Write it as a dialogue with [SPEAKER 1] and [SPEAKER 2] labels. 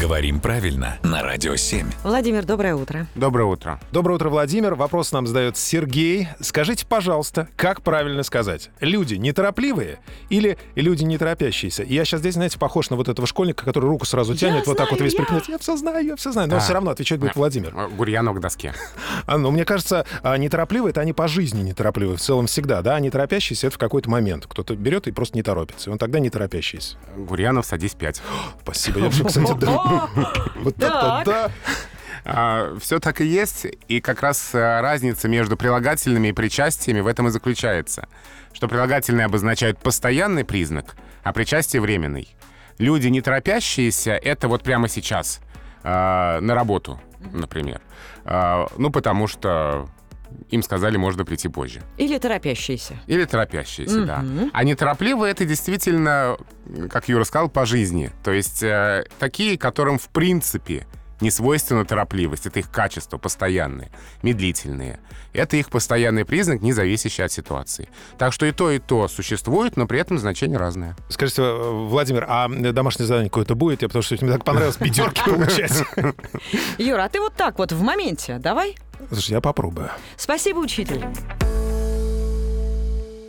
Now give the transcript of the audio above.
[SPEAKER 1] Говорим правильно на Радио 7.
[SPEAKER 2] Владимир, доброе утро.
[SPEAKER 3] Доброе утро.
[SPEAKER 4] Доброе утро, Владимир. Вопрос нам задает Сергей. Скажите, пожалуйста, как правильно сказать? Люди неторопливые или люди не торопящиеся? Я сейчас здесь, знаете, похож на вот этого школьника, который руку сразу тянет, вот так вот
[SPEAKER 2] знаю,
[SPEAKER 4] весь
[SPEAKER 2] я.
[SPEAKER 4] припнет. Я все знаю, я все знаю. Но
[SPEAKER 3] А.
[SPEAKER 4] все равно отвечать будет Владимир.
[SPEAKER 3] Э, Гурьянов к доске.
[SPEAKER 4] А, ну, мне кажется, а, неторопливые — это они по жизни неторопливые в целом всегда, да? А не торопящиеся — это в какой-то момент. Кто-то берет и просто не торопится. И он тогда не торопящийся.
[SPEAKER 3] Гурьянов, садись пять.
[SPEAKER 4] Спасибо. Я вообще, кстати, да. Вот это
[SPEAKER 2] Так.
[SPEAKER 4] да.
[SPEAKER 3] Все А, так и есть, и как раз э, разница между прилагательными и причастиями в этом и заключается, что прилагательные обозначают постоянный признак, а причастие — временный. Люди, не торопящиеся, это вот прямо сейчас, э, на работу, например. Э, Ну, потому что им сказали, можно прийти позже.
[SPEAKER 2] Или торопящийся.
[SPEAKER 3] Или торопящиеся, да. А неторопливые это действительно, как Юра сказал, по жизни. То есть э, такие, которым в принципе не свойственна торопливость. Это их качество постоянные, медлительные. Это их постоянный признак, не зависящий от ситуации. Так что и то, и то существует, но при этом значение разное.
[SPEAKER 4] Скажите, э, Владимир, а э, домашнее задание какое-то будет? Я потому что мне так понравилось пятерки получать.
[SPEAKER 2] Юра, а ты вот так вот в моменте, давай.
[SPEAKER 4] Слушай, я попробую.
[SPEAKER 2] Спасибо, учитель.